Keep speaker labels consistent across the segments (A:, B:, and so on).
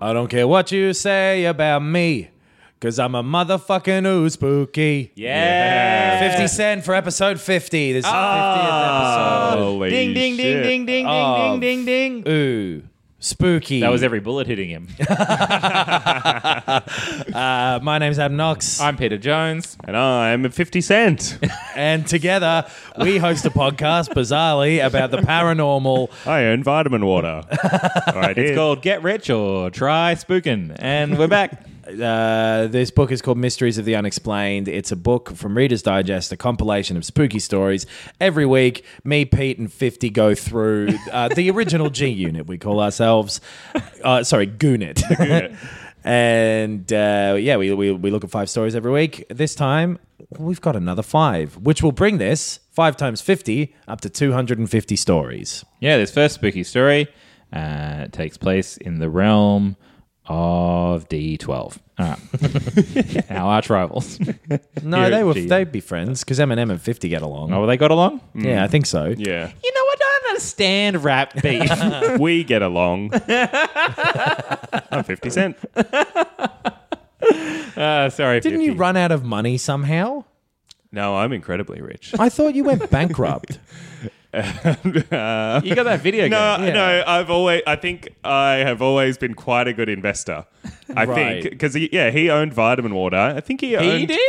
A: I don't care what you say about me, because I'm a motherfucking ooh spooky.
B: Yeah.
A: 50 Cent for episode 50. This is the 50th episode.
B: Ah. Holy
C: Ding, ding, ding,
B: shit.
C: ding, ding,
A: Oh.
C: ding, ding, ding, ding.
A: Ooh, spooky.
B: That was every bullet hitting him.
A: Uh, my name's Adam Knox.
B: I'm Peter Jones.
C: And I'm 50 Cent.
A: and together we host a podcast, bizarrely, about the paranormal.
C: I own vitamin water. All right,
B: It's called Get Rich or Try Spookin'. And we're back.
A: Uh, this book is called Mysteries of the Unexplained. It's a book from Reader's Digest, a compilation of spooky stories. Every week, me, Pete, and 50 go through uh, the original G Unit, we call ourselves. Uh, sorry, Goonit. and uh, yeah, we, we, we look at five stories every week. This time, we've got another five, which will bring this five times 50 up to 250 stories.
B: Yeah, this first spooky story uh, takes place in the realm of D12. All right. Our arch rivals.
A: No,
B: Here
A: they
B: at
A: were,
B: G.
A: they'd be friends because Eminem and 50 get along.
B: Oh, they got along?
A: Yeah, I think so.
C: Yeah.
B: You know, I don't understand rap beef.
C: We get along. I'm 50 Cent.
B: uh, sorry,
A: Didn't
B: 50.
A: you run out of money somehow?
C: No, I'm incredibly rich.
A: I thought you went bankrupt.
B: You got that video game.
C: No,
A: Yeah.
C: no, I've always, I think I have always been quite a good investor. I
A: Right.
C: think, because, yeah, he owned vitamin water. I think he owned.
B: He did?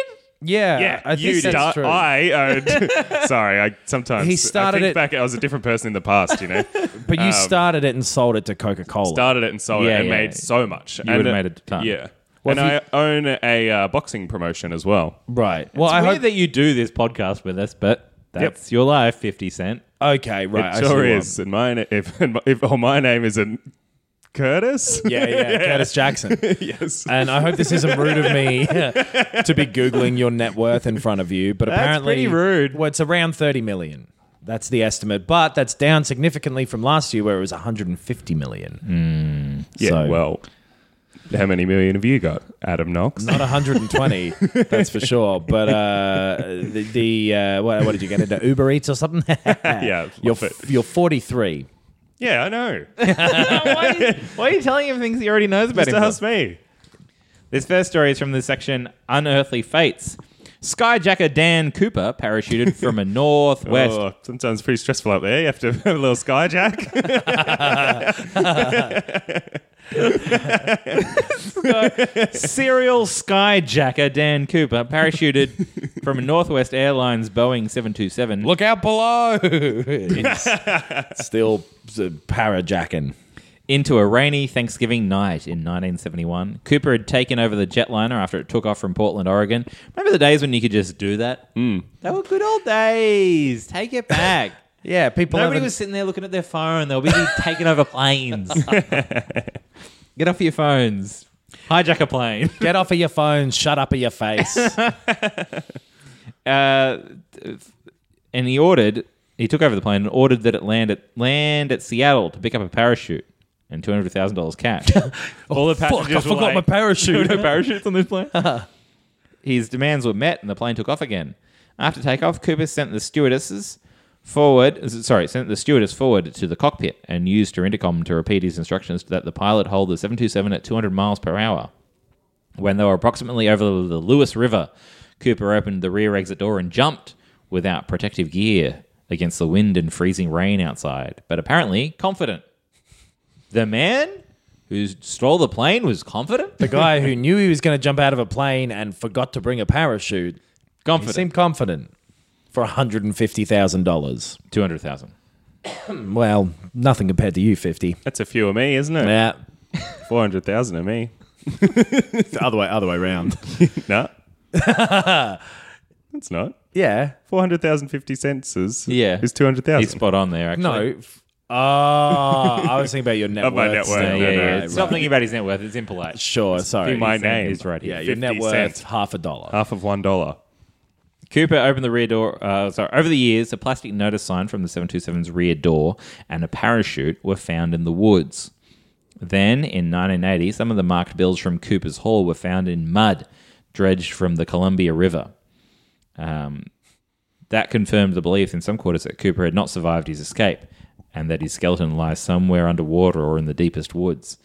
A: yeah,
C: Yeah,
A: I think
C: you
A: that's
C: di-
A: true.
C: I owned. sorry, I sometimes
A: He
C: I
A: started
C: think
A: it-
C: back. I was a different person in the past, you know.
A: but
C: um,
A: you started it and sold it to Coca Cola.
C: started it and sold
B: Yeah,
C: it and
B: yeah.
C: made so much. You
B: would've made a ton.
C: Yeah.
A: Well,
C: and I
A: if
C: own a uh, boxing promotion as well.
A: right. Well,
B: It's
A: I
B: weird
A: hope.
B: that you do this podcast with us, but that's your life, 50 Cent.
A: okay, right. I
C: it sure
A: see
C: is. And my na- if, and my- if oh, my name isn't Curtis.
A: one. Yeah, yeah, Curtis Jackson.
C: yes.
A: And I hope this isn't rude of me to be googling your net worth in front of you, but apparently
B: pretty rude.
A: Well, it's around thirty million. That's the estimate, but that's down significantly from last year, where it was one hundred and fifty million.
C: yeah.
A: so-
C: Well, how many million have you got, Adam Knox?
A: Not 120, that's for sure. But uh, the, the uh, what, what did you get into Uber Eats or something? yeah, you're
C: love it.
A: f- you're 43.
C: Yeah, I know.
B: why, are you, why are you telling him things he already knows about
C: Just
B: himself?
C: ask me.
B: This first story is from the section Unearthly Fates. Skyjacker Dan Cooper parachuted from a northwest.
C: Oh, sometimes it's pretty stressful up there. You have to have a little skyjack.
B: Serial skyjacker Dan Cooper parachuted from a Northwest Airlines Boeing 727.
A: Look out below. It's still uh, parajacking.
B: into a rainy Thanksgiving night in 1971. Cooper had taken over the jetliner after it took off from Portland, Oregon. Remember the days when you could just do that?
A: Hmm.
B: Mm. They were good old days. Take it back.
A: Yeah, people.
B: Nobody
A: haven't-
B: was sitting there looking at their phone. They were busy taking over planes. Get off your phones. Hijack a plane.
A: get off of your phone. Shut up of your face.
B: Uh, and he ordered. He took over the plane and ordered that it land at land at Seattle to pick up a parachute and two hundred thousand dollars cash. All the
A: Fuck! I
B: passengers were
A: forgot my
B: like,
A: parachute. Uh-huh.
B: no parachutes on this plane. His demands were met, and the plane took off again. After takeoff, Cooper sent the stewardesses forward. Sorry, sent the stewardess forward to the cockpit and used her intercom to repeat his instructions that the pilot hold the 727 at 200 miles per hour. When they were approximately over the Lewis River, Cooper opened the rear exit door and jumped without protective gear against the wind and freezing rain outside, but apparently confident. The man who stole the plane was confident?
A: the guy who knew he was going to jump out of a plane and forgot to bring a parachute. He
B: Confident.
A: seemed confident for 150 thousand dollars.
B: 200,000.
A: Well, nothing compared to you, 50.
C: That's a few of me, isn't it?
A: Yeah.
C: Four hundred thousand of me.
A: other way, other way round.
C: No. That's not.
A: Yeah.
C: 400,050 cents is,
B: Yeah.
C: is 200,000.
B: He's spot on there, actually.
A: No. f- Oh, I was thinking about your net
C: Of
A: worth.
C: my net worth,
B: Yeah,
C: No,
B: yeah,
C: no,
B: yeah.
C: no,
A: right,
B: Stop
A: right.
B: thinking about his net worth. It's impolite.
A: Sure, sorry.
C: Be my
B: His name
C: name.
B: is right here.
A: yeah, your net
C: 50
A: worth
C: cent.
A: half a dollar.
C: Half of one dollar.
B: Cooper opened the rear door. Uh, sorry, over the years, a plastic notice sign from the 727's rear door and a parachute were found in the woods. Then, in 1980, some of the marked bills from Cooper's Hall were found in mud dredged from the Columbia River. Um, that confirmed the belief in some quarters that Cooper had not survived his escape and that his skeleton lies somewhere underwater or in the deepest woods.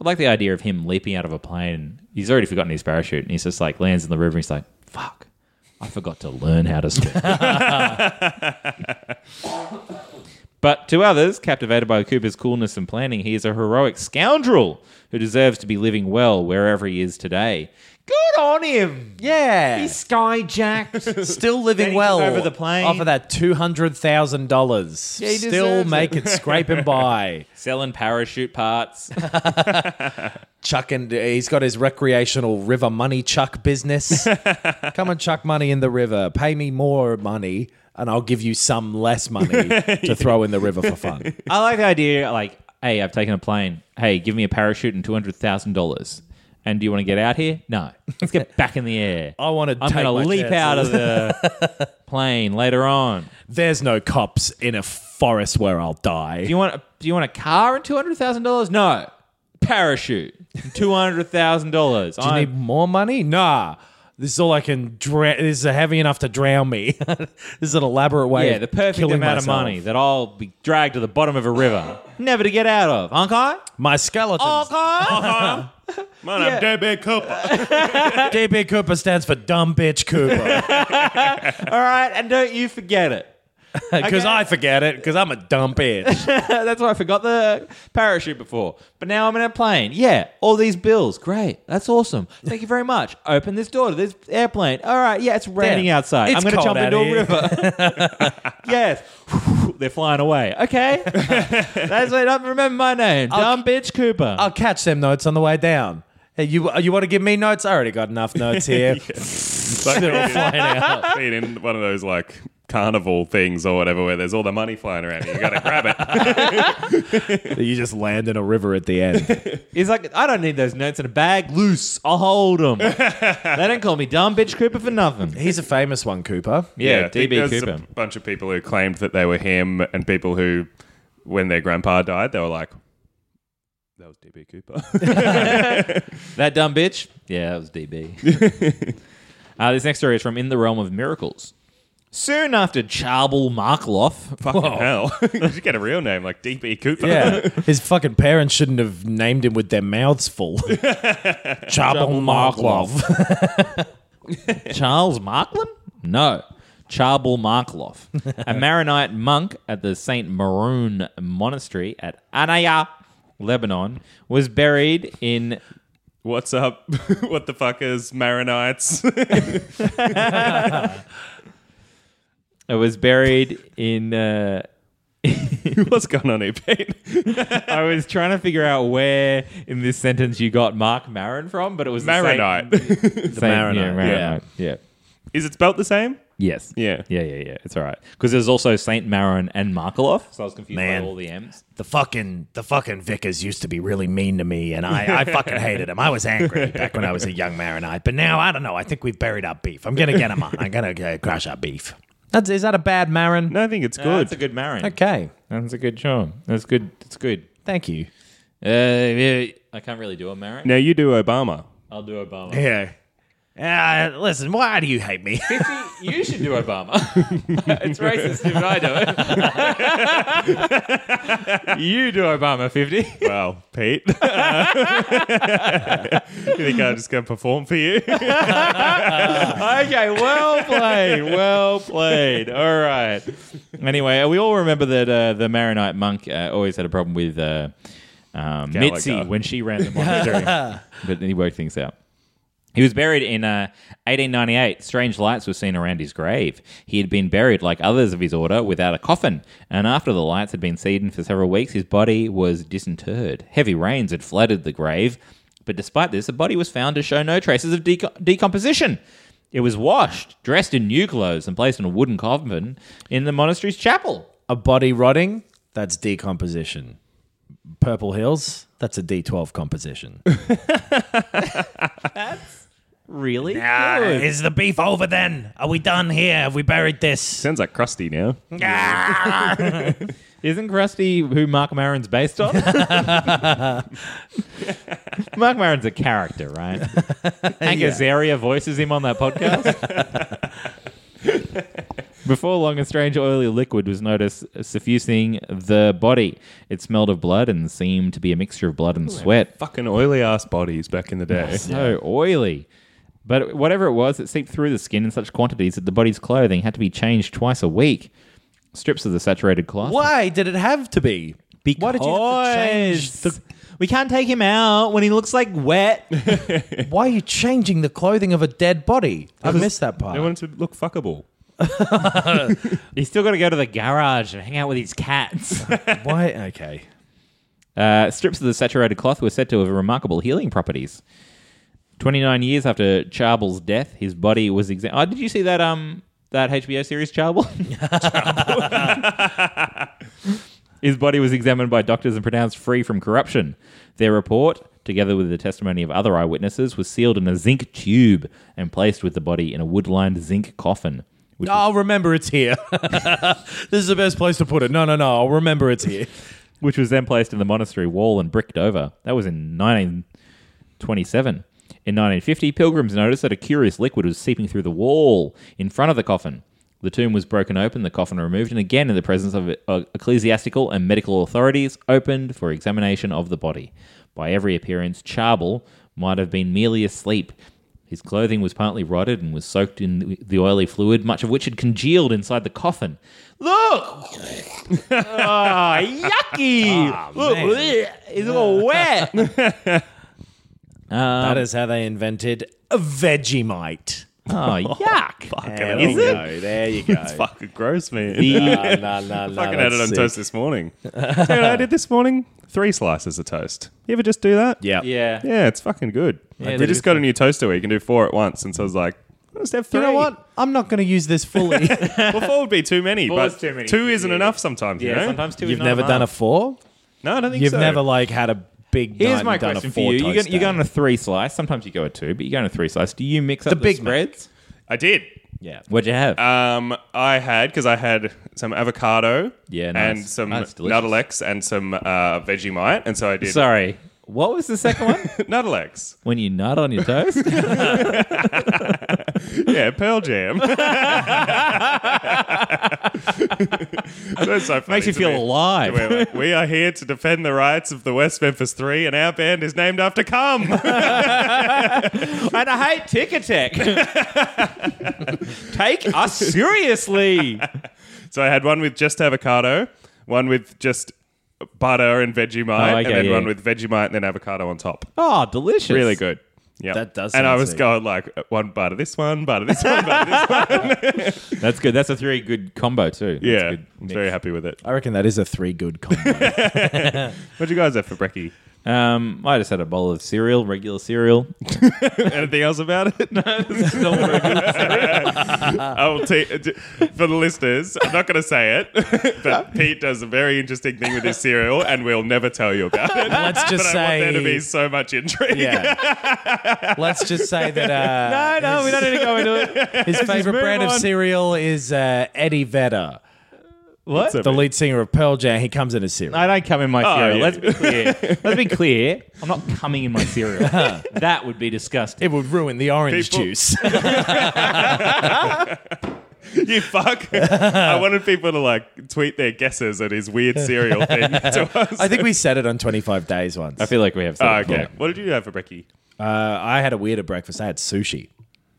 B: I like the idea of him leaping out of a plane. He's already forgotten his parachute, and he's just like lands in the river. And he's like, "Fuck, I forgot to learn how to swim." But to others, captivated by Cooper's coolness and planning, he is a heroic scoundrel who deserves to be living well wherever he is today. Good on him!
A: Yeah.
B: He's skyjacked.
A: Still living well
B: over the plane.
A: off of that two hundred thousand dollars.
B: Yeah, he
A: Still
B: deserves
A: making scraping by.
B: Selling parachute parts.
A: Chucking, he's got his recreational river money chuck business. Come and chuck money in the river. Pay me more money, and I'll give you some less money to throw in the river for fun.
B: I like the idea, like, hey, I've taken a plane. Hey, give me a parachute and $200,000. And do you want to get out here? No. Let's get back in the air.
A: I want to.
B: I'm
A: take
B: going to
A: my
B: leap
A: chances.
B: out of the plane later on.
A: There's no cops in a forest where I'll
B: Do
A: die.
B: you want a, do you want a car and two hundred thousand dollars? No, parachute two hundred thousand dollars.
A: Do you need more money? Nah. This is all I can. Dra- this is heavy enough to drown me. this is an elaborate way.
B: Yeah,
A: of
B: the perfect
A: killing
B: amount of
A: myself.
B: money that I'll be dragged to the bottom of a river, never to get out of. Unkai?
A: My skeletons.
B: Unkai?
C: Man, I'm David Cooper.
A: DB Cooper stands for dumb bitch Cooper
B: All right, and don't you forget it.
A: because
B: Okay.
A: I forget it because I'm a dumb bitch.
B: That's why I forgot the parachute before. But now I'm in a plane. Yeah, all these bills. Great. That's awesome. Thank you very much. Open this door to this airplane. All right. Yeah, it's raining
A: Damn.
B: outside.
A: It's
B: I'm going to
A: cold
B: jump
A: out
B: into a
A: here.
B: river. yes. They're flying away. Okay. That's why I don't remember my name. Dumb bitch Cooper.
A: I'll catch them notes on the way down. Hey, you you want to give me notes? I already got enough notes here.
C: Like,
A: They're all flying out.
C: Been in one of those like carnival things or whatever where there's all the money flying around. You gotta grab it.
A: You just land in a river at the end.
B: He's like, I don't need those notes in a bag. Loose. I'll hold them. they don't call me dumb bitch Cooper for nothing.
A: He's a famous one, Cooper.
B: Yeah,
C: I think
B: DB
C: there's
B: Cooper.
C: A bunch of people who claimed that they were him, and people who, when their grandpa died, they were like, "That was DB Cooper."
B: That dumb bitch? Yeah, that was DB. uh, this next story is from In the Realm of Miracles. Soon after Charbel Markloff.
C: Fucking hell! you should get a real name like DB Cooper.
A: Yeah, his fucking parents shouldn't have named him with their mouths full. Charbel Markloff.
B: Charles Marklin? No. Charbel Markloff, a Maronite monk at the St. Maroon Monastery at Anaya, Lebanon, was buried in.
C: What's up? what the fuck is Maronites?
B: It uh, was buried in. Uh,
C: What's going on here, Pete?
B: I was trying to figure out where in this sentence you got Mark Maron from, but it was the same-
C: Maronite.
B: same-
A: Maronite,
B: yeah,
A: yeah.
B: Maronite, yeah.
C: is it spelled the same?
B: Yes.
C: Yeah.
B: Yeah, yeah, yeah. It's all right. Because there's also Saint Maron and Markloff, so I was confused
A: Man.
B: by all the M's.
A: The fucking the fucking vicars used to be really mean to me, and I, I fucking hated him. I was angry back when I was a young Maronite, but now I don't know. I think we've buried our beef. I'm gonna get him on. I'm gonna uh, crush our beef. That's is that a bad Maron?
C: No, I think it's
B: That's a
C: good.
B: good Maron.
A: Okay,
B: That's a good charm. That's good. It's good.
A: thank you.
B: Uh, yeah, I can't really do a Maron.
C: now you do Obama.
B: I'll do Obama.
A: Yeah. Uh, listen, why do you hate me?
B: you should do Obama. it's racist if I do it. you do Obama, 50.
C: Wow, Pete. you think I'm just going to perform for you?
B: okay, well played, well played. All right. Anyway, we all remember that uh, the Maronite monk uh, always had a problem with uh, um,
C: Gallagher.
B: Mitzi when she ran the monastery, but he worked things out. He was buried in uh, 1898. Strange lights were seen around his grave. He had been buried, like others of his order, without a coffin, and after the lights had been seen for several weeks, his body was disinterred. Heavy rains had flooded the grave, but despite this, the body was found to show no traces of deco- decomposition. It was washed, dressed in new clothes, and placed in a wooden coffin in the monastery's chapel.
A: a body rotting, that's decomposition. Purple Hills, that's a D12 composition.
B: Really?
A: Ah,
B: good.
A: is the beef over then? Are we done here? Have we buried this?
C: Sounds like Krusty now.
B: Isn't Krusty who Mark Maron's based on? Mark Maron's a character, right? Hank Azaria voices him on that podcast. Before long, a strange oily liquid was noticed suffusing the body. It smelled of blood and seemed to be a mixture of blood and sweat.
C: Fucking oily ass bodies back in the day.
B: So oily. But whatever it was, it seeped through the skin in such quantities that the body's clothing had to be changed twice a week. Strips of the saturated cloth.
A: Why did it have to be?
B: Because
A: Why did you have to change the?
B: we can't take him out when he looks like wet.
A: Why are you changing the clothing of a dead body? I missed that part.
C: They wanted to look fuckable.
B: He's still got to go to the garage and hang out with his cats.
A: Why? Okay.
B: Uh, strips of the saturated cloth were said to have remarkable healing properties. 29 years after Charbel's death, his body was examined. Oh, did you see that um that HBO series Charbel? his body was examined by doctors and pronounced free from corruption. Their report, together with the testimony of other eyewitnesses, was sealed in a zinc tube and placed with the body in a wood-lined zinc coffin. Which
A: I'll remember it's here. this is the best place to put it. No, no, no. I'll remember it's here.
B: which was then placed in the monastery wall and bricked over. That was in 1927. In 1950, pilgrims noticed that a curious liquid was seeping through the wall in front of the coffin. The tomb was broken open, the coffin removed, and again, in the presence of uh, ecclesiastical and medical authorities, opened for examination of the body. By every appearance, Charbel might have been merely asleep. His clothing was partly rotted and was soaked in the oily fluid, much of which had congealed inside the coffin. Look! Ah, yucky!
A: Ah,
B: Look, bleh, it's all wet.
A: that is how they invented a Vegemite.
B: oh, yuck.
C: Fucking
A: There
B: Is
A: we
B: it?
A: go. There you go.
C: It's fucking gross, man.
A: Nah, nah, nah, nah,
C: fucking had it
A: that's
C: on
A: sick.
C: toast this morning. you know what I did this morning? Three slices of toast. You ever just do that?
A: Yeah.
B: Yeah.
C: Yeah, it's fucking good.
B: Yeah,
C: we
B: that's
C: just
B: good
C: got a new toaster where you can do four at once, and so I was like, let's have three.
A: You know what? I'm not going to use this fully.
C: well, four would be too many,
B: Four
C: but
B: is too many.
C: two isn't
B: Yeah.
C: enough sometimes. you
B: Yeah,
C: know?
B: sometimes two is
A: You've
B: not
A: never
B: enough.
A: done a four?
C: No, I don't think
A: You've
C: so.
A: never like had a big.
B: Here's
A: night
B: my
A: and done a
B: question for
A: four
B: you. You go,
A: toast
B: you go
A: day.
B: on a three slice. Sometimes you go a two, but you go on a three slice. Do you mix up the, Uh,
A: Big Mac.
B: spreads?
C: I did.
A: Yeah.
B: What'd you have?
C: Um, I had because I had some avocado,
B: Yeah, nice.
C: and some
B: That's delicious.
C: Nutalex and some uh, Vegemite, and so I did
B: Sorry. What was the second one?
C: Nutalex.
B: when you nut on your toast?
C: Yeah, Pearl Jam. That's so funny
B: Makes you
C: to
B: feel
C: me.
B: alive.
C: We're like, we are here to defend the rights of the West Memphis Three, and our band is named after Cum.
B: and I hate Tic Tac. Take us seriously.
C: so I had one with just avocado, one with just butter and Vegemite,
B: Oh, okay,
C: and then
B: yeah.
C: one with Vegemite and then avocado on top.
B: Oh, delicious.
C: Really good. Yeah,
A: That does
C: And I
A: sound
C: was
A: sick.
C: going like one bite of this one, bite of this one, bite of this one.
B: That's good. That's a very good combo too. That's
C: Yeah,
B: good
C: I'm
B: mix.
C: very happy with it.
A: I reckon that is a three good combo.
C: What you guys have for brekkie?
B: Um, I just had a bowl of cereal, regular cereal.
C: Anything else about it? No, I will t- uh, for the listeners. I'm not going to say it, but Pete does a very interesting thing with his cereal, and we'll never tell you about it.
A: Let's just
C: but I want there to be
A: say.
C: so much intrigue.
A: Yeah. Let's just say that. Uh,
B: no, we don't need to go into it.
A: His favorite
B: move
A: brand of
B: on.
A: cereal is uh, Eddie Vedder,
B: What?
A: the lead singer of Pearl Jam. He comes in a cereal.
B: I don't come in my cereal.
C: yeah.
B: Let's be clear. Let's be clear. I'm not coming in my cereal. that would be disgusting.
A: It would ruin the orange
C: People-
A: juice.
C: you fuck. I wanted people to like tweet their guesses at his weird cereal thing to us.
A: I think we said it on 25 days once.
B: I feel like we have.
C: Oh,
B: something.
C: okay. What did you have for brekkie?
A: Uh, I had a weirder breakfast. I had sushi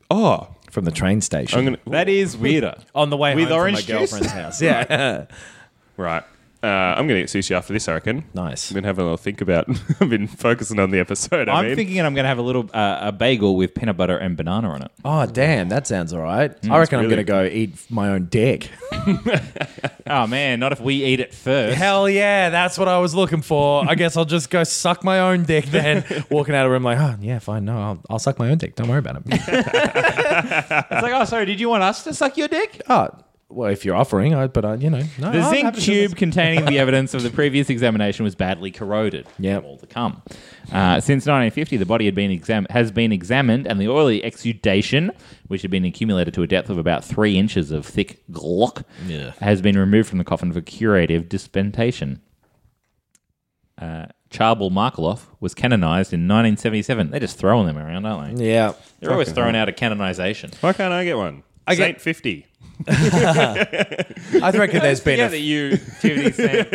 C: Oh,
A: from the train station
C: I'm gonna.
B: That is weirder.
A: on the way
B: With
A: home from
B: orange
A: my
B: juice?
A: girlfriend's house. Yeah.
C: Right. Uh, I'm going to get sushi after this, I reckon.
A: Nice.
C: I've been having a little think about I've been focusing on the episode. I
B: I'm
C: mean,
B: thinking I'm going to have a little uh, a bagel with peanut butter and banana on it.
A: Oh, damn. That sounds all right. I reckon I'm
C: really-
A: going to go eat my own dick.
B: Oh man, not if we eat it first.
A: Hell yeah. That's what I was looking for. I guess I'll just go suck my own dick then. Walking out of the room like, oh, yeah, fine. No, I'll, I'll suck my own dick. Don't worry about it.
B: It's like, oh, sorry, did you want us to suck your dick?
A: oh, well, if you're offering, I, but, I, you know. No,
B: The
A: I'm
B: zinc
A: happy to do this.
B: tube containing the evidence of the previous examination was badly corroded.
A: Yep.
B: all the cum. Uh, since 1950, the body had been exam- has been examined, and the oily exudation, which had been accumulated to a depth of about three inches of thick glock,
A: Yeah.
B: has been removed from the coffin for curative dispensation. Uh, Charbel Markloff was canonized in 1977. They're just throwing them around, aren't they?
A: Yeah.
B: They're always throwing out a canonization.
C: why can't I get one?
A: I
C: I
A: get-
C: get 50.
A: I reckon there's been
B: yeah,
A: a,
B: that you, Tiffany, Sam,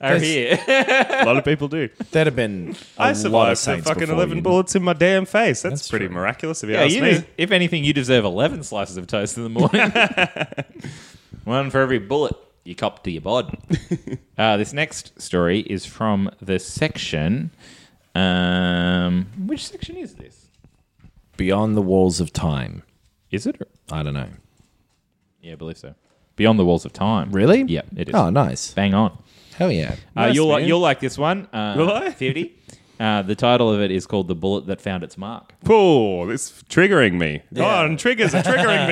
B: are
A: There's-
B: here.
C: a lot of people do.
A: there'd have been a
C: I
A: lot of
C: survived the
A: saints
C: fucking
A: before
C: eleven
A: you.
C: bullets in my damn face. That's,
A: That's
C: pretty
A: true.
C: miraculous, if you
B: Yeah,
C: ask
B: you
C: me.
B: des- if anything, you deserve 11 slices of toast in the morning. One for every bullet you cop to your bod. uh, this next story is from the section. Um, which section is this?
A: Beyond the walls of time.
B: Is it?
A: I don't know.
B: Yeah, I believe so. Beyond the Walls of Time.
A: Really?
B: Yeah, it is.
A: Oh, nice.
B: Bang on.
A: Hell yeah.
B: Uh,
C: Nice,
B: you'll, li-
C: man.
B: you'll like this one. Uh,
C: Will I?
B: 50. Uh, the title of it is called The Bullet That Found Its Mark.
C: Cool. It's triggering me. Oh, and triggers are triggering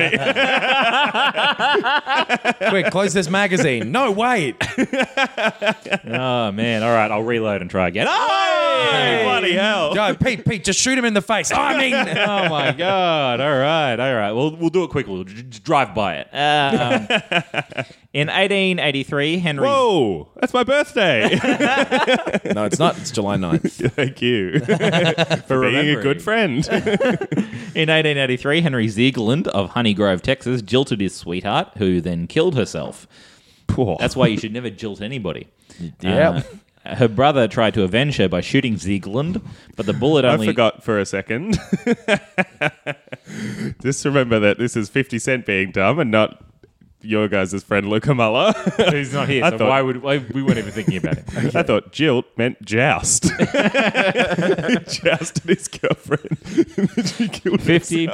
C: me.
A: Quick, close this magazine. No, wait.
B: Oh, man. All right, I'll reload and try again. Oh!
C: Bloody hell.
A: Yo, Pete, Pete, just shoot him in the face. I mean,
B: oh my god! All right, all right. We'll we'll do it quickly. We'll j- j- drive by it. Uh, um, in 1883, Henry.
C: Whoa, that's my birthday.
A: no, it's not. It's July 9th.
C: Thank you for being a
B: remembering.
C: good friend.
B: In 1883, Henry Ziegland of Honey Grove, Texas, jilted his sweetheart, who then killed herself. That's why you should never jilt anybody.
A: Yeah.
B: Uh, her brother tried to avenge her by shooting Ziegland, but the bullet
C: I
B: only
C: forgot for a second. Just remember that this is 50 Cent being dumb and not your guys' friend Luca Muller.
B: He's not here,
C: I
B: so
C: thought-
B: why would why, we weren't even thinking about it?
C: I thought jilt meant joust. jousted his girlfriend. she killed him.
B: 50.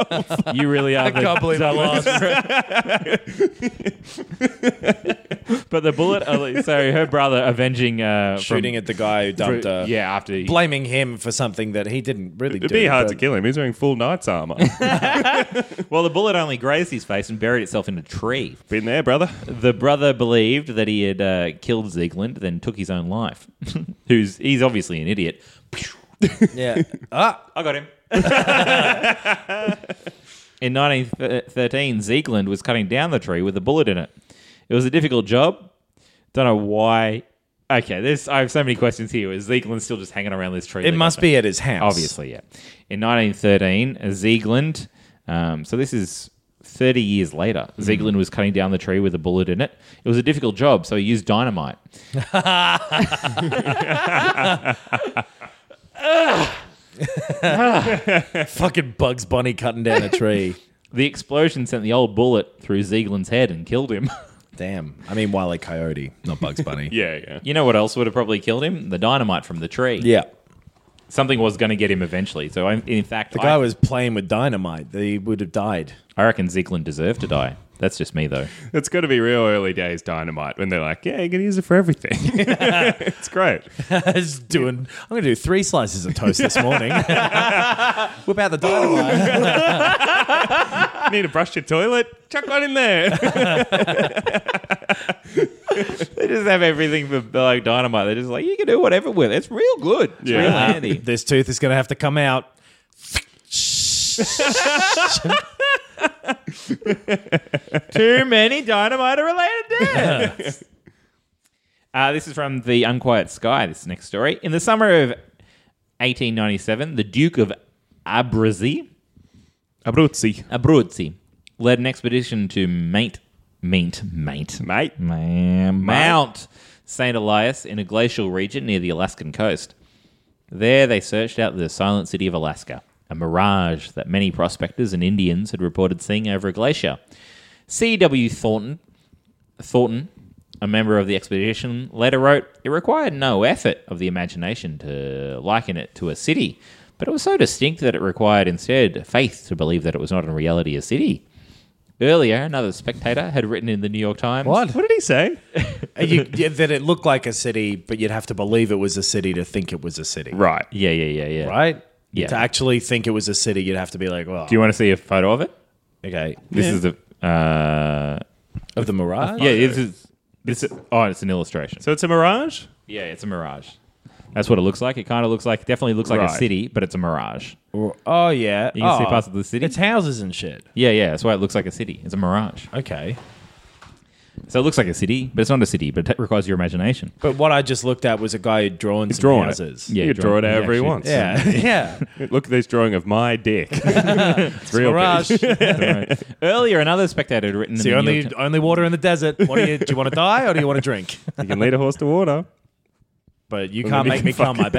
B: you really are the,
A: can't believe
B: the
A: I
B: last but the bullet, only- so her brother avenging. Uh, from-
A: Shooting at the guy who
B: for-
A: dumped her.
B: Yeah, after he.
A: Blaming him for something that he didn't really
C: It'd
A: do.
C: be hard
A: but-
C: to kill him. He's wearing full knight's armor.
B: Well, the bullet only grazed his face and buried itself in a tree.
C: Been there, brother.
B: The brother believed that he had uh, killed Ziegland, then took his own life. Who's He's obviously an idiot.
A: Yeah. Ah,
B: I got him. in 1913, Ziegland was cutting down the tree with a bullet in it. It was a difficult job. Don't know why. Okay, this I have so many questions here. Is Ziegland still just hanging around this tree?
A: it must be at his house.
B: obviously, yeah. In 1913, Ziegland. Um, so this is 30 years later.
A: Mm.
B: Ziegland was cutting down the tree with a bullet in it. It was a difficult job, so he used dynamite.
A: Fucking Bugs Bunny cutting down a tree.
B: The explosion sent the old bullet through Ziegland's head and killed him.
A: Damn. I mean, Wile E. Coyote, not Bugs Bunny.
C: Yeah, yeah.
B: You know what else would have probably killed him? The dynamite from the tree.
A: Yeah.
B: Something was going to get him eventually. So, I, in fact,
A: The guy
B: I,
A: was playing with dynamite. He would have died.
B: I reckon Ziegland deserved to die. That's just me, though.
C: It's got to be real early days dynamite when they're like, yeah, you can use it for everything. it's great.
A: He's doing. I'm going to do three slices of toast this morning. Whip out the dynamite.
C: Need to brush your toilet? Chuck one in there.
B: They just have everything for like dynamite. They're just like, you can do whatever with it. It's real good. It's
C: Yeah.
B: real
C: Uh,
B: handy.
A: this tooth is going to have to come out.
B: Too many dynamite related deaths. uh, this is from The Unquiet Sky, this next story. In the summer of 1897, the Duke of Abruzzi.
C: Abruzzi.
B: Abruzzi led an expedition to Mate, Meat, Mate,
C: Mate.
B: Ma- Mount St. Elias in a glacial region near the Alaskan coast. There they searched out the silent city of Alaska, a mirage that many prospectors and Indians had reported seeing over a glacier. C.W. Thornton, Thornton, a member of the expedition, later wrote, It required no effort of the imagination to liken it to a city, but it was so distinct that it required instead faith to believe that it was not in reality a city. Earlier, another spectator had written in the New York Times.
C: What did he say?
A: You, yeah, that it looked like a city, but you'd have to believe it was a city to think it was a city.
C: Right.
B: Yeah, yeah, yeah, yeah.
A: Right?
B: Yeah.
A: To actually think it was a city, you'd have to be like, well,
B: Do you want to see a photo of it?
A: okay.
B: This is the. Uh,
A: Of the mirage?
B: yeah, this is. This, oh, it's an illustration.
C: So it's a mirage?
B: Yeah, it's a mirage. That's what it looks like. It kind of looks like, definitely looks like a
C: Right.
B: city, but it's a mirage.
A: Or- Oh, yeah.
B: You can see
A: Oh,
B: parts of the city.
A: It's houses and shit.
B: Yeah, yeah. That's why it looks like a city. It's a mirage.
A: Okay.
B: So it looks like a city, but it's not a city, but it requires your imagination.
A: But what I just looked at was a guy who'd drawn some
C: drawn it.
A: houses.
C: You draw it however you
B: actually-
C: want.
A: Yeah, yeah.
C: Look at this drawing of my dick. it's real.
A: Mirage.
C: big.
A: It's
B: Right. Earlier, another spectator had written in
A: the
B: the New York
A: only
B: Ti-
A: only water in the desert. What do you do? You want to die or do you want to drink?
C: You can lead a horse to water.
A: But you
C: Well,
A: can't
C: then you
A: make
C: can
A: me come.
C: fuck
A: I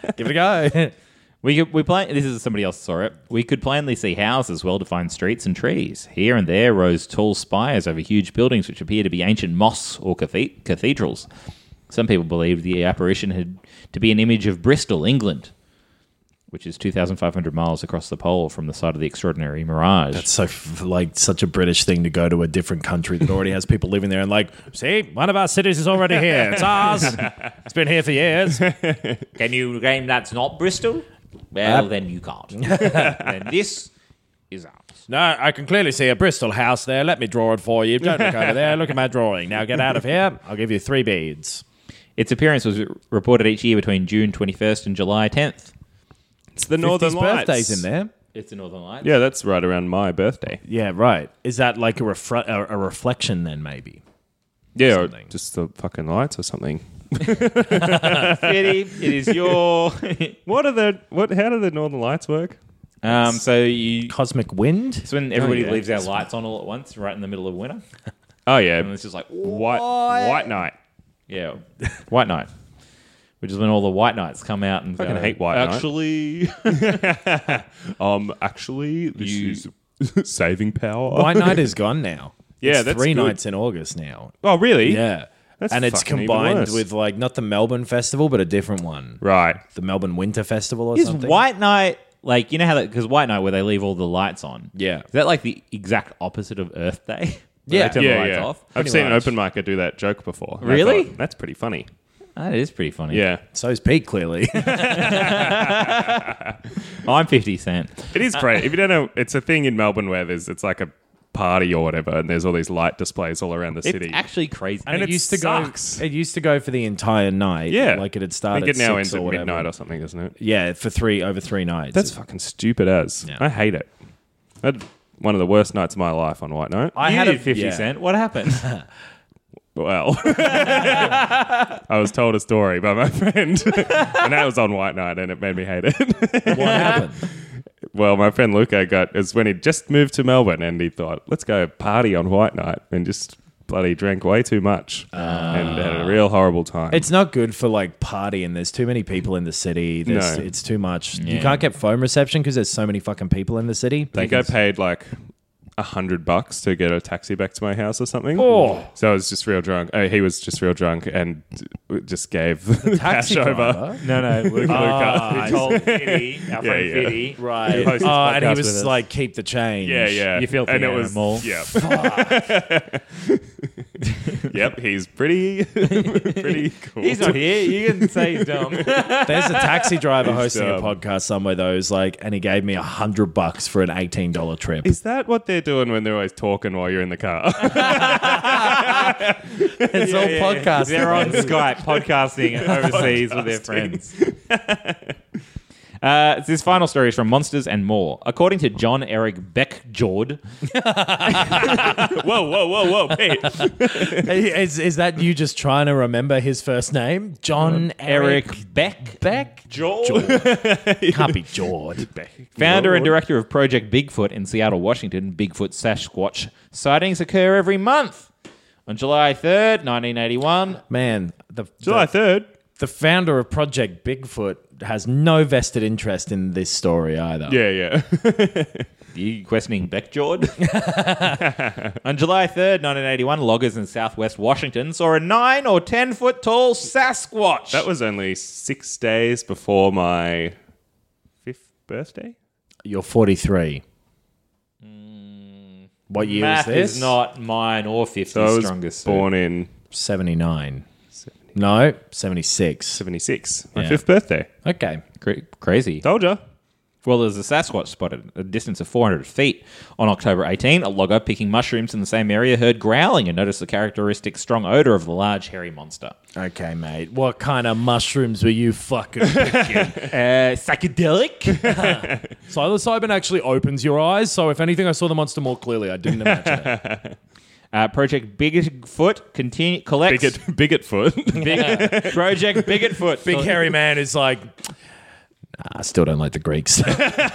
A: bet. Give it a go.
B: We could, we plan. This is somebody else saw it. We could plainly see houses, well-defined streets, and trees. Here and there rose tall spires over huge buildings, which appear to be ancient mosques or cathe- cathedrals. Some people believed the apparition had to be an image of Bristol, England, which is two thousand five hundred miles across the pole from the site of the extraordinary mirage.
A: That's so f- like such a British thing to go to a different country that already has people living there and like, see, one of our cities is already here. It's ours. It's been here for years.
B: Can you name that's not Bristol? Well, then you can't. and this is ours.
A: No, I can clearly see a Bristol house there. Let me draw it for you. Don't look over there. Look at my drawing. Now get out of here. I'll give you three beads.
B: Its appearance was reported each year between June twenty-first and July tenth.
C: It's the Northern
A: 50's
C: Lights.
A: birthdays in there.
B: It's the Northern Lights.
C: Yeah, that's right around my birthday.
A: Yeah, right. Is that like a, refre- a, a reflection then, maybe?
C: Yeah, or
A: Something.
C: just the fucking lights or something.
B: City, it is your.
C: What are the what? How do the Northern Lights work?
B: um, so you.
A: Cosmic wind?
B: It's when everybody
C: Oh, yeah.
B: leaves their lights on all at once, right in the middle of winter,
C: Oh yeah,
B: and it's just like
C: white white night.
B: yeah, white night, which is when all the white knights come out and
C: Fucking
B: go,
C: hate white night.
B: Actually,
C: Um, actually, this
B: You-
C: is saving power.
A: White night is gone now.
C: Yeah,
A: It's
C: that's
A: three
C: good.
A: nights in August now.
C: Oh really?
A: Yeah.
C: That's
A: and it's
C: fucking even
A: combined
C: worse.
A: with like not the Melbourne Festival, but a different one.
C: Right.
A: The Melbourne Winter Festival or
B: is
A: something.
B: white night like you know how that because white night where they leave all the lights on?
A: Yeah.
B: is that like the exact opposite of Earth Day?
A: Yeah.
B: Where they turn the
C: Yeah,
B: lights
C: yeah.
B: off.
C: I've
A: Pretty
C: seen an
A: much.
C: open micer do that joke before. and I
B: Really?
C: thought, That's pretty funny.
B: That is pretty funny.
C: Yeah,
A: So's Pete clearly.
B: I'm Fifty Cent.
C: it is great. Uh, if you don't know, it's a thing in Melbourne where there's it's like a party or whatever, and there's all these light displays all around the
B: It's
C: city.
B: actually crazy.
A: and
C: it
A: it, used to
C: sucks.
A: go. It used to go for the entire night.
C: yeah,
A: like it had
C: I
A: started.
C: think it now
A: six
C: ends
A: or
C: at
A: whatever.
C: midnight or something, doesn't it?
A: Yeah, for three over three nights.
C: That's fucking stupid as.
A: Yeah.
C: I hate it. I had one of the worst nights of my life on White Night.
A: I
B: you
A: had a
B: did Fifty
A: yeah.
B: Cent. What happened?
C: well, I was told a story by my friend, and that was on White Night, and it made me hate it.
A: What happened?
C: Well, my friend Luca got is when he just moved to Melbourne and he thought, let's go party on White Night and just bloody drank way too much and had a real horrible time.
A: It's not good for like partying. There's too many people in the city. There's,
C: No.
A: It's too much. You
B: Yeah.
A: can't get phone reception because there's so many fucking people in the city.
C: I think I paid like a hundred bucks to get a taxi back to my house or something.
A: Oh.
C: So I was just real drunk. Oh, he was just real drunk and just gave the
A: Taxi
C: cash over.
A: driver?
B: No, no. Luca,
A: Ah,
B: who told Fitty, our
C: Yeah,
B: friend
C: yeah.
B: Fitty,
A: Right.
C: hosts this
A: Oh, and he
B: podcast with
A: was
B: us.
A: like, keep the change.
C: Yeah, yeah.
B: You filthy
C: and it
B: animal.
C: was yeah. yep, he's pretty pretty cool.
B: He's not here. You can say he's dumb.
A: There's a taxi driver hosting a
C: dumb.
A: podcast somewhere though. Is like, and he gave me a hundred bucks for an eighteen dollar trip.
C: Is that what they're doing when they're always talking while you're in the car?
A: It's all podcasting.
B: They're on Skype podcasting overseas with their friends. Uh, it's this final story is from Monsters and More. According to John Eric Beckjord,
C: whoa, whoa, whoa, whoa, Pete.
A: Is, is that you just trying to remember his first name? John Eric,
B: Eric Beck,
A: Beck?
C: Joel.
A: Can't be Jord.
B: founder and director of Project Bigfoot in Seattle, Washington, Bigfoot Sasquatch sightings occur every month. On July 3rd, 1981,
A: Man, the,
C: July
A: the,
C: 3rd.
A: the founder of Project Bigfoot has no vested interest in this story either.
C: Yeah, yeah.
B: You questioning Beckjord? On July 3rd, 1981, loggers in southwest Washington saw a 9 or 10 foot tall Sasquatch.
C: That was only six days before my fifth birthday.
A: You're 43. What year
B: Math
A: is this?
B: is not mine or 50's
C: So I was
B: strongest. suit.
C: born in
A: 79. No, 76.
C: 76, my
A: Yeah.
C: fifth birthday.
A: Okay.
B: Cra- crazy.
C: Told ya.
B: Well, there's a Sasquatch spotted at a distance of 400 feet. On October 18, a logger picking mushrooms in the same area heard growling and noticed the characteristic strong odor of the large hairy monster.
A: Okay, mate. What kind of mushrooms were you fucking picking?
B: Uh, psychedelic?
A: Psilocybin actually opens your eyes, so if anything, I saw the monster more clearly. I didn't imagine it.
B: Uh, Project Bigfoot continue collects
C: Bigot, bigot foot.
B: Big- Project Bigotfoot.
A: Big hairy man is like, nah, I still don't like the Greeks.
B: Project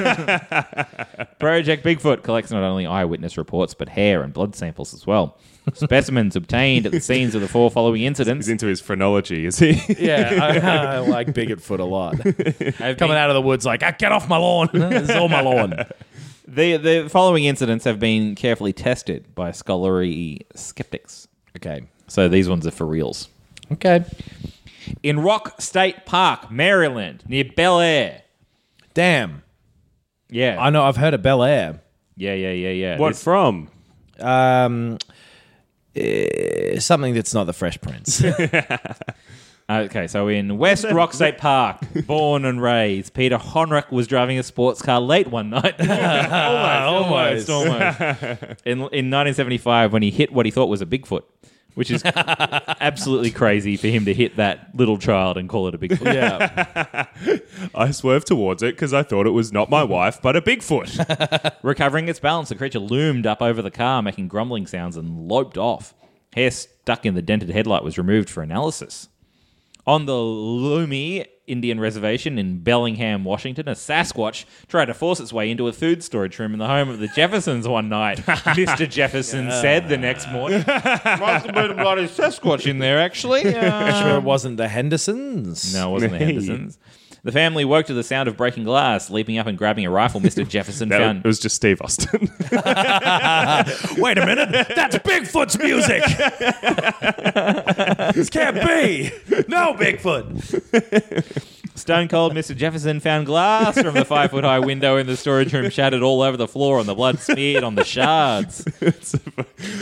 B: Bigfoot collects not only eyewitness reports but hair and blood samples as well. Specimens obtained at the scenes of the four following
C: He's
B: incidents
C: into his phrenology, is he?
A: yeah, I, I like Bigotfoot a lot.
B: have been-
A: Coming out of the woods like, "Ah, get off my lawn. this is all my lawn.
B: the the following incidents have been carefully tested by scholarly skeptics.
A: Okay.
B: So these ones are for reals.
A: Okay.
B: In Rock State Park, Maryland, near Bel Air.
A: Damn.
B: Yeah.
A: I know. I've heard of Bel Air.
B: yeah, yeah, yeah, yeah.
C: what
B: This-
C: from?
A: Um, eh, something that's not the Fresh Prince.
B: uh, Okay, so in West Rock State Park, born and raised, Peter Honrick was driving a sports car late one night. almost, almost, in, in 1975, when he hit what he thought was a Bigfoot, which is absolutely crazy for him to hit that little child and call it a Bigfoot.
A: yeah.
C: I swerved towards it because I thought it was not my wife, but a Bigfoot.
B: Recovering its balance, the creature loomed up over the car, making grumbling sounds, and loped off. Hair stuck in the dented headlight was removed for analysis. On the Lummi Indian Reservation in Bellingham, Washington, a Sasquatch tried to force its way into a food storage room in the home of the Jeffersons one night. Mr. Jefferson said the next morning, "Must have been a bloody Sasquatch in there, actually." Uh,
A: sure, it wasn't the Hendersons.
B: no, it wasn't the
C: Me.
B: Hendersons. The family woke to the sound of breaking glass, leaping up and grabbing a rifle. Mr. Jefferson
C: That,
B: found
C: it was just Steve Austin.
A: Wait a minute. That's Bigfoot's music. this can't be. No, Bigfoot.
B: Stone Cold Mr. Jefferson found glass from the five foot high window in the storage room, shattered all over the floor, and the blood smeared on the shards.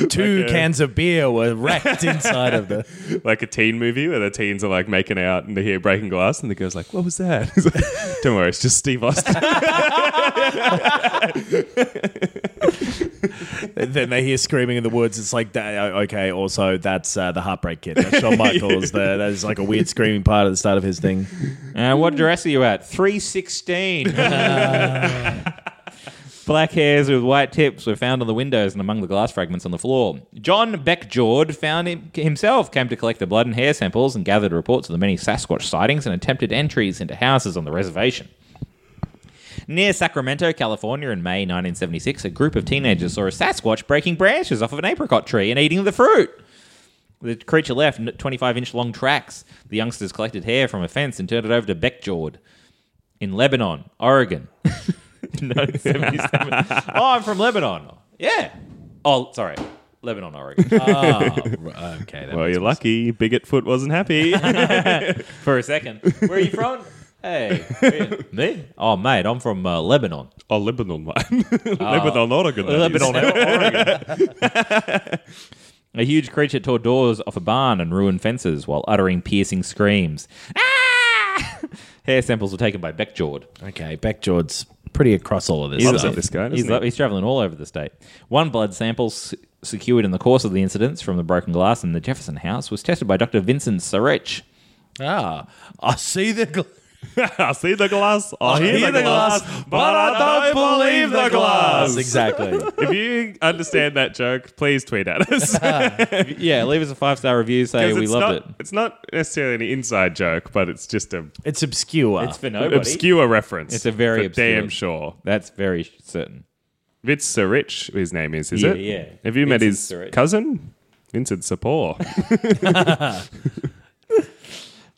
A: Two cans of beer were wrecked inside of the.
C: like a teen movie where the teens are like making out and they hear breaking glass and the girl's like, What was that? He's like, Don't worry, it's just Steve Austin.
A: Then they hear screaming in the woods. It's like, that- oh, okay, also, that's uh, the Heartbreak Kid. That's Shawn Michaels. The, that is like a weird screaming part at the start of his thing.
B: Uh, what dress are you at? 316. Black hairs with white tips were found on the windows and among the glass fragments on the floor. John Beckjord found him, himself came to collect the blood and hair samples and gathered reports of the many Sasquatch sightings and attempted entries into houses on the reservation. Near Sacramento, California, in May 1976, a group of teenagers saw a Sasquatch breaking branches off of an apricot tree and eating the fruit. The creature left 25 inch long tracks. The youngsters collected hair from a fence and turned it over to Beckjord in Lebanon, Oregon. 1977. oh, I'm from Lebanon. Yeah. Oh, sorry. Lebanon, Oregon.
A: Okay.
C: well, you're lucky. Bigot Foot wasn't happy.
B: For a second. Where are you from? Hey. where- Me? Oh, mate, I'm from uh, Lebanon.
C: oh, Lebanon, mate. Lebanon, Oregon. that is.
B: Ah. Lebanon, Oregon. a huge creature tore doors off a barn and ruined fences while uttering piercing screams. Ah! Hair samples were taken by Beckjord.
A: Okay, Beckjord's pretty across all of this.
C: Loves
A: stuff.
C: it, this guy, doesn't
B: He's,
C: he?
B: lo- he's traveling all over the state. One blood sample s- secured in the course of the incidents from the broken glass in the Jefferson house was tested by Dr. Vincent Sarich.
A: Ah, I see the. Gl-
C: I Ah, see the glass.
B: Ah,
C: I, hear, the, glass, but I don't believe the glass.
A: Exactly.
C: If you understand that joke, please tweet at us.
B: yeah, leave us a five star review. Say
C: 'Cause
B: we
C: it's
B: loved
C: not- It's not necessarily an inside joke, but it's just a
A: It's obscure.
B: it. It's for
C: an
B: nobody.
C: obscure reference.
B: It's a very
C: for
B: obscure-
C: damn sure.
B: That's very certain.
C: Vince Sarich, his name is, is
B: Yeah,
C: it?
B: yeah.
C: Have you met
B: Vincent
C: his
B: Sarich.
C: cousin? Vincent Sapor.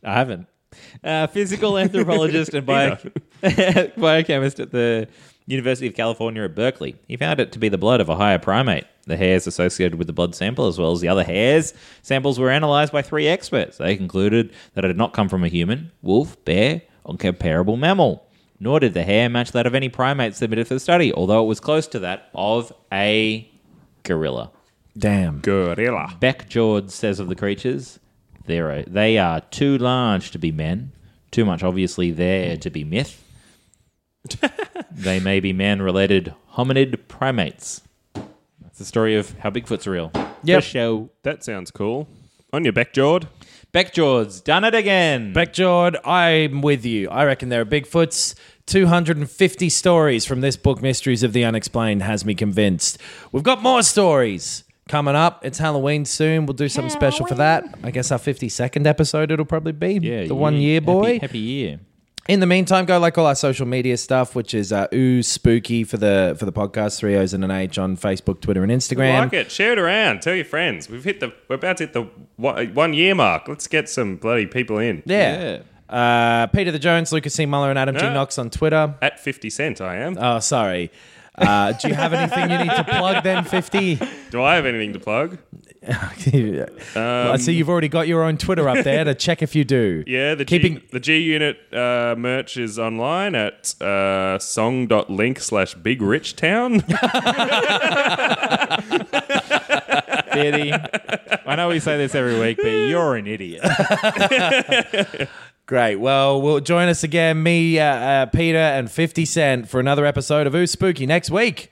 B: I haven't. Uh, physical anthropologist and bio- biochemist at the University of California at Berkeley. He found it to be the blood of a higher primate. The hairs associated with the blood sample, as well as the other hairs, samples were analyzed by three experts. They concluded that it had not come from a human, wolf, bear, or comparable mammal. Nor did the hair match that of any primate submitted for the study, although it was close to that of a gorilla.
A: Damn.
C: Gorilla.
B: Beck George says of the creatures, they're a, they are too large to be men, too much obviously there to be myth. they may be man related hominid primates. That's the story of how Bigfoot's real.
A: Yep.
B: For show.
C: That sounds cool. On your back, Jord.
B: Beck George, done it again.
A: Beckjord, I'm with you. I reckon there are Bigfoots. 250 stories from this book, Mysteries of the Unexplained, has me convinced. We've got more stories coming up. It's Halloween soon. We'll do something special for that. I guess our 52nd episode it'll probably be. the one year boy.
B: Happy, happy year.
A: In the meantime, go like all our social media stuff, which is uh, ooh spooky for the for the podcast. Three O's and an H on Facebook, Twitter, and Instagram.
C: Like it, share it around, tell your friends. We've hit the, we're about to hit the one one year mark. Let's get some bloody people in.
A: Yeah. Uh, Peter the Jones, Lucas C. Muller, and Adam G.
C: Yeah.
A: Knox on Twitter.
C: At fifty cent, I am.
A: Oh, sorry. Uh, do you have anything you need to plug then, 50?
C: Do I have anything to plug?
A: I see you've already got your own Twitter up there to check if you do.
C: Um, Yeah, the
A: Keeping-
C: G, the G Unit uh, merch is online at uh, song.link slash Big Rich Town.
B: Betty, I know we say this every week, but you're an idiot.
A: Great. Well, we'll join us again, me, uh, uh, Peter, and 50 Cent for another episode of Ooh Spooky next week.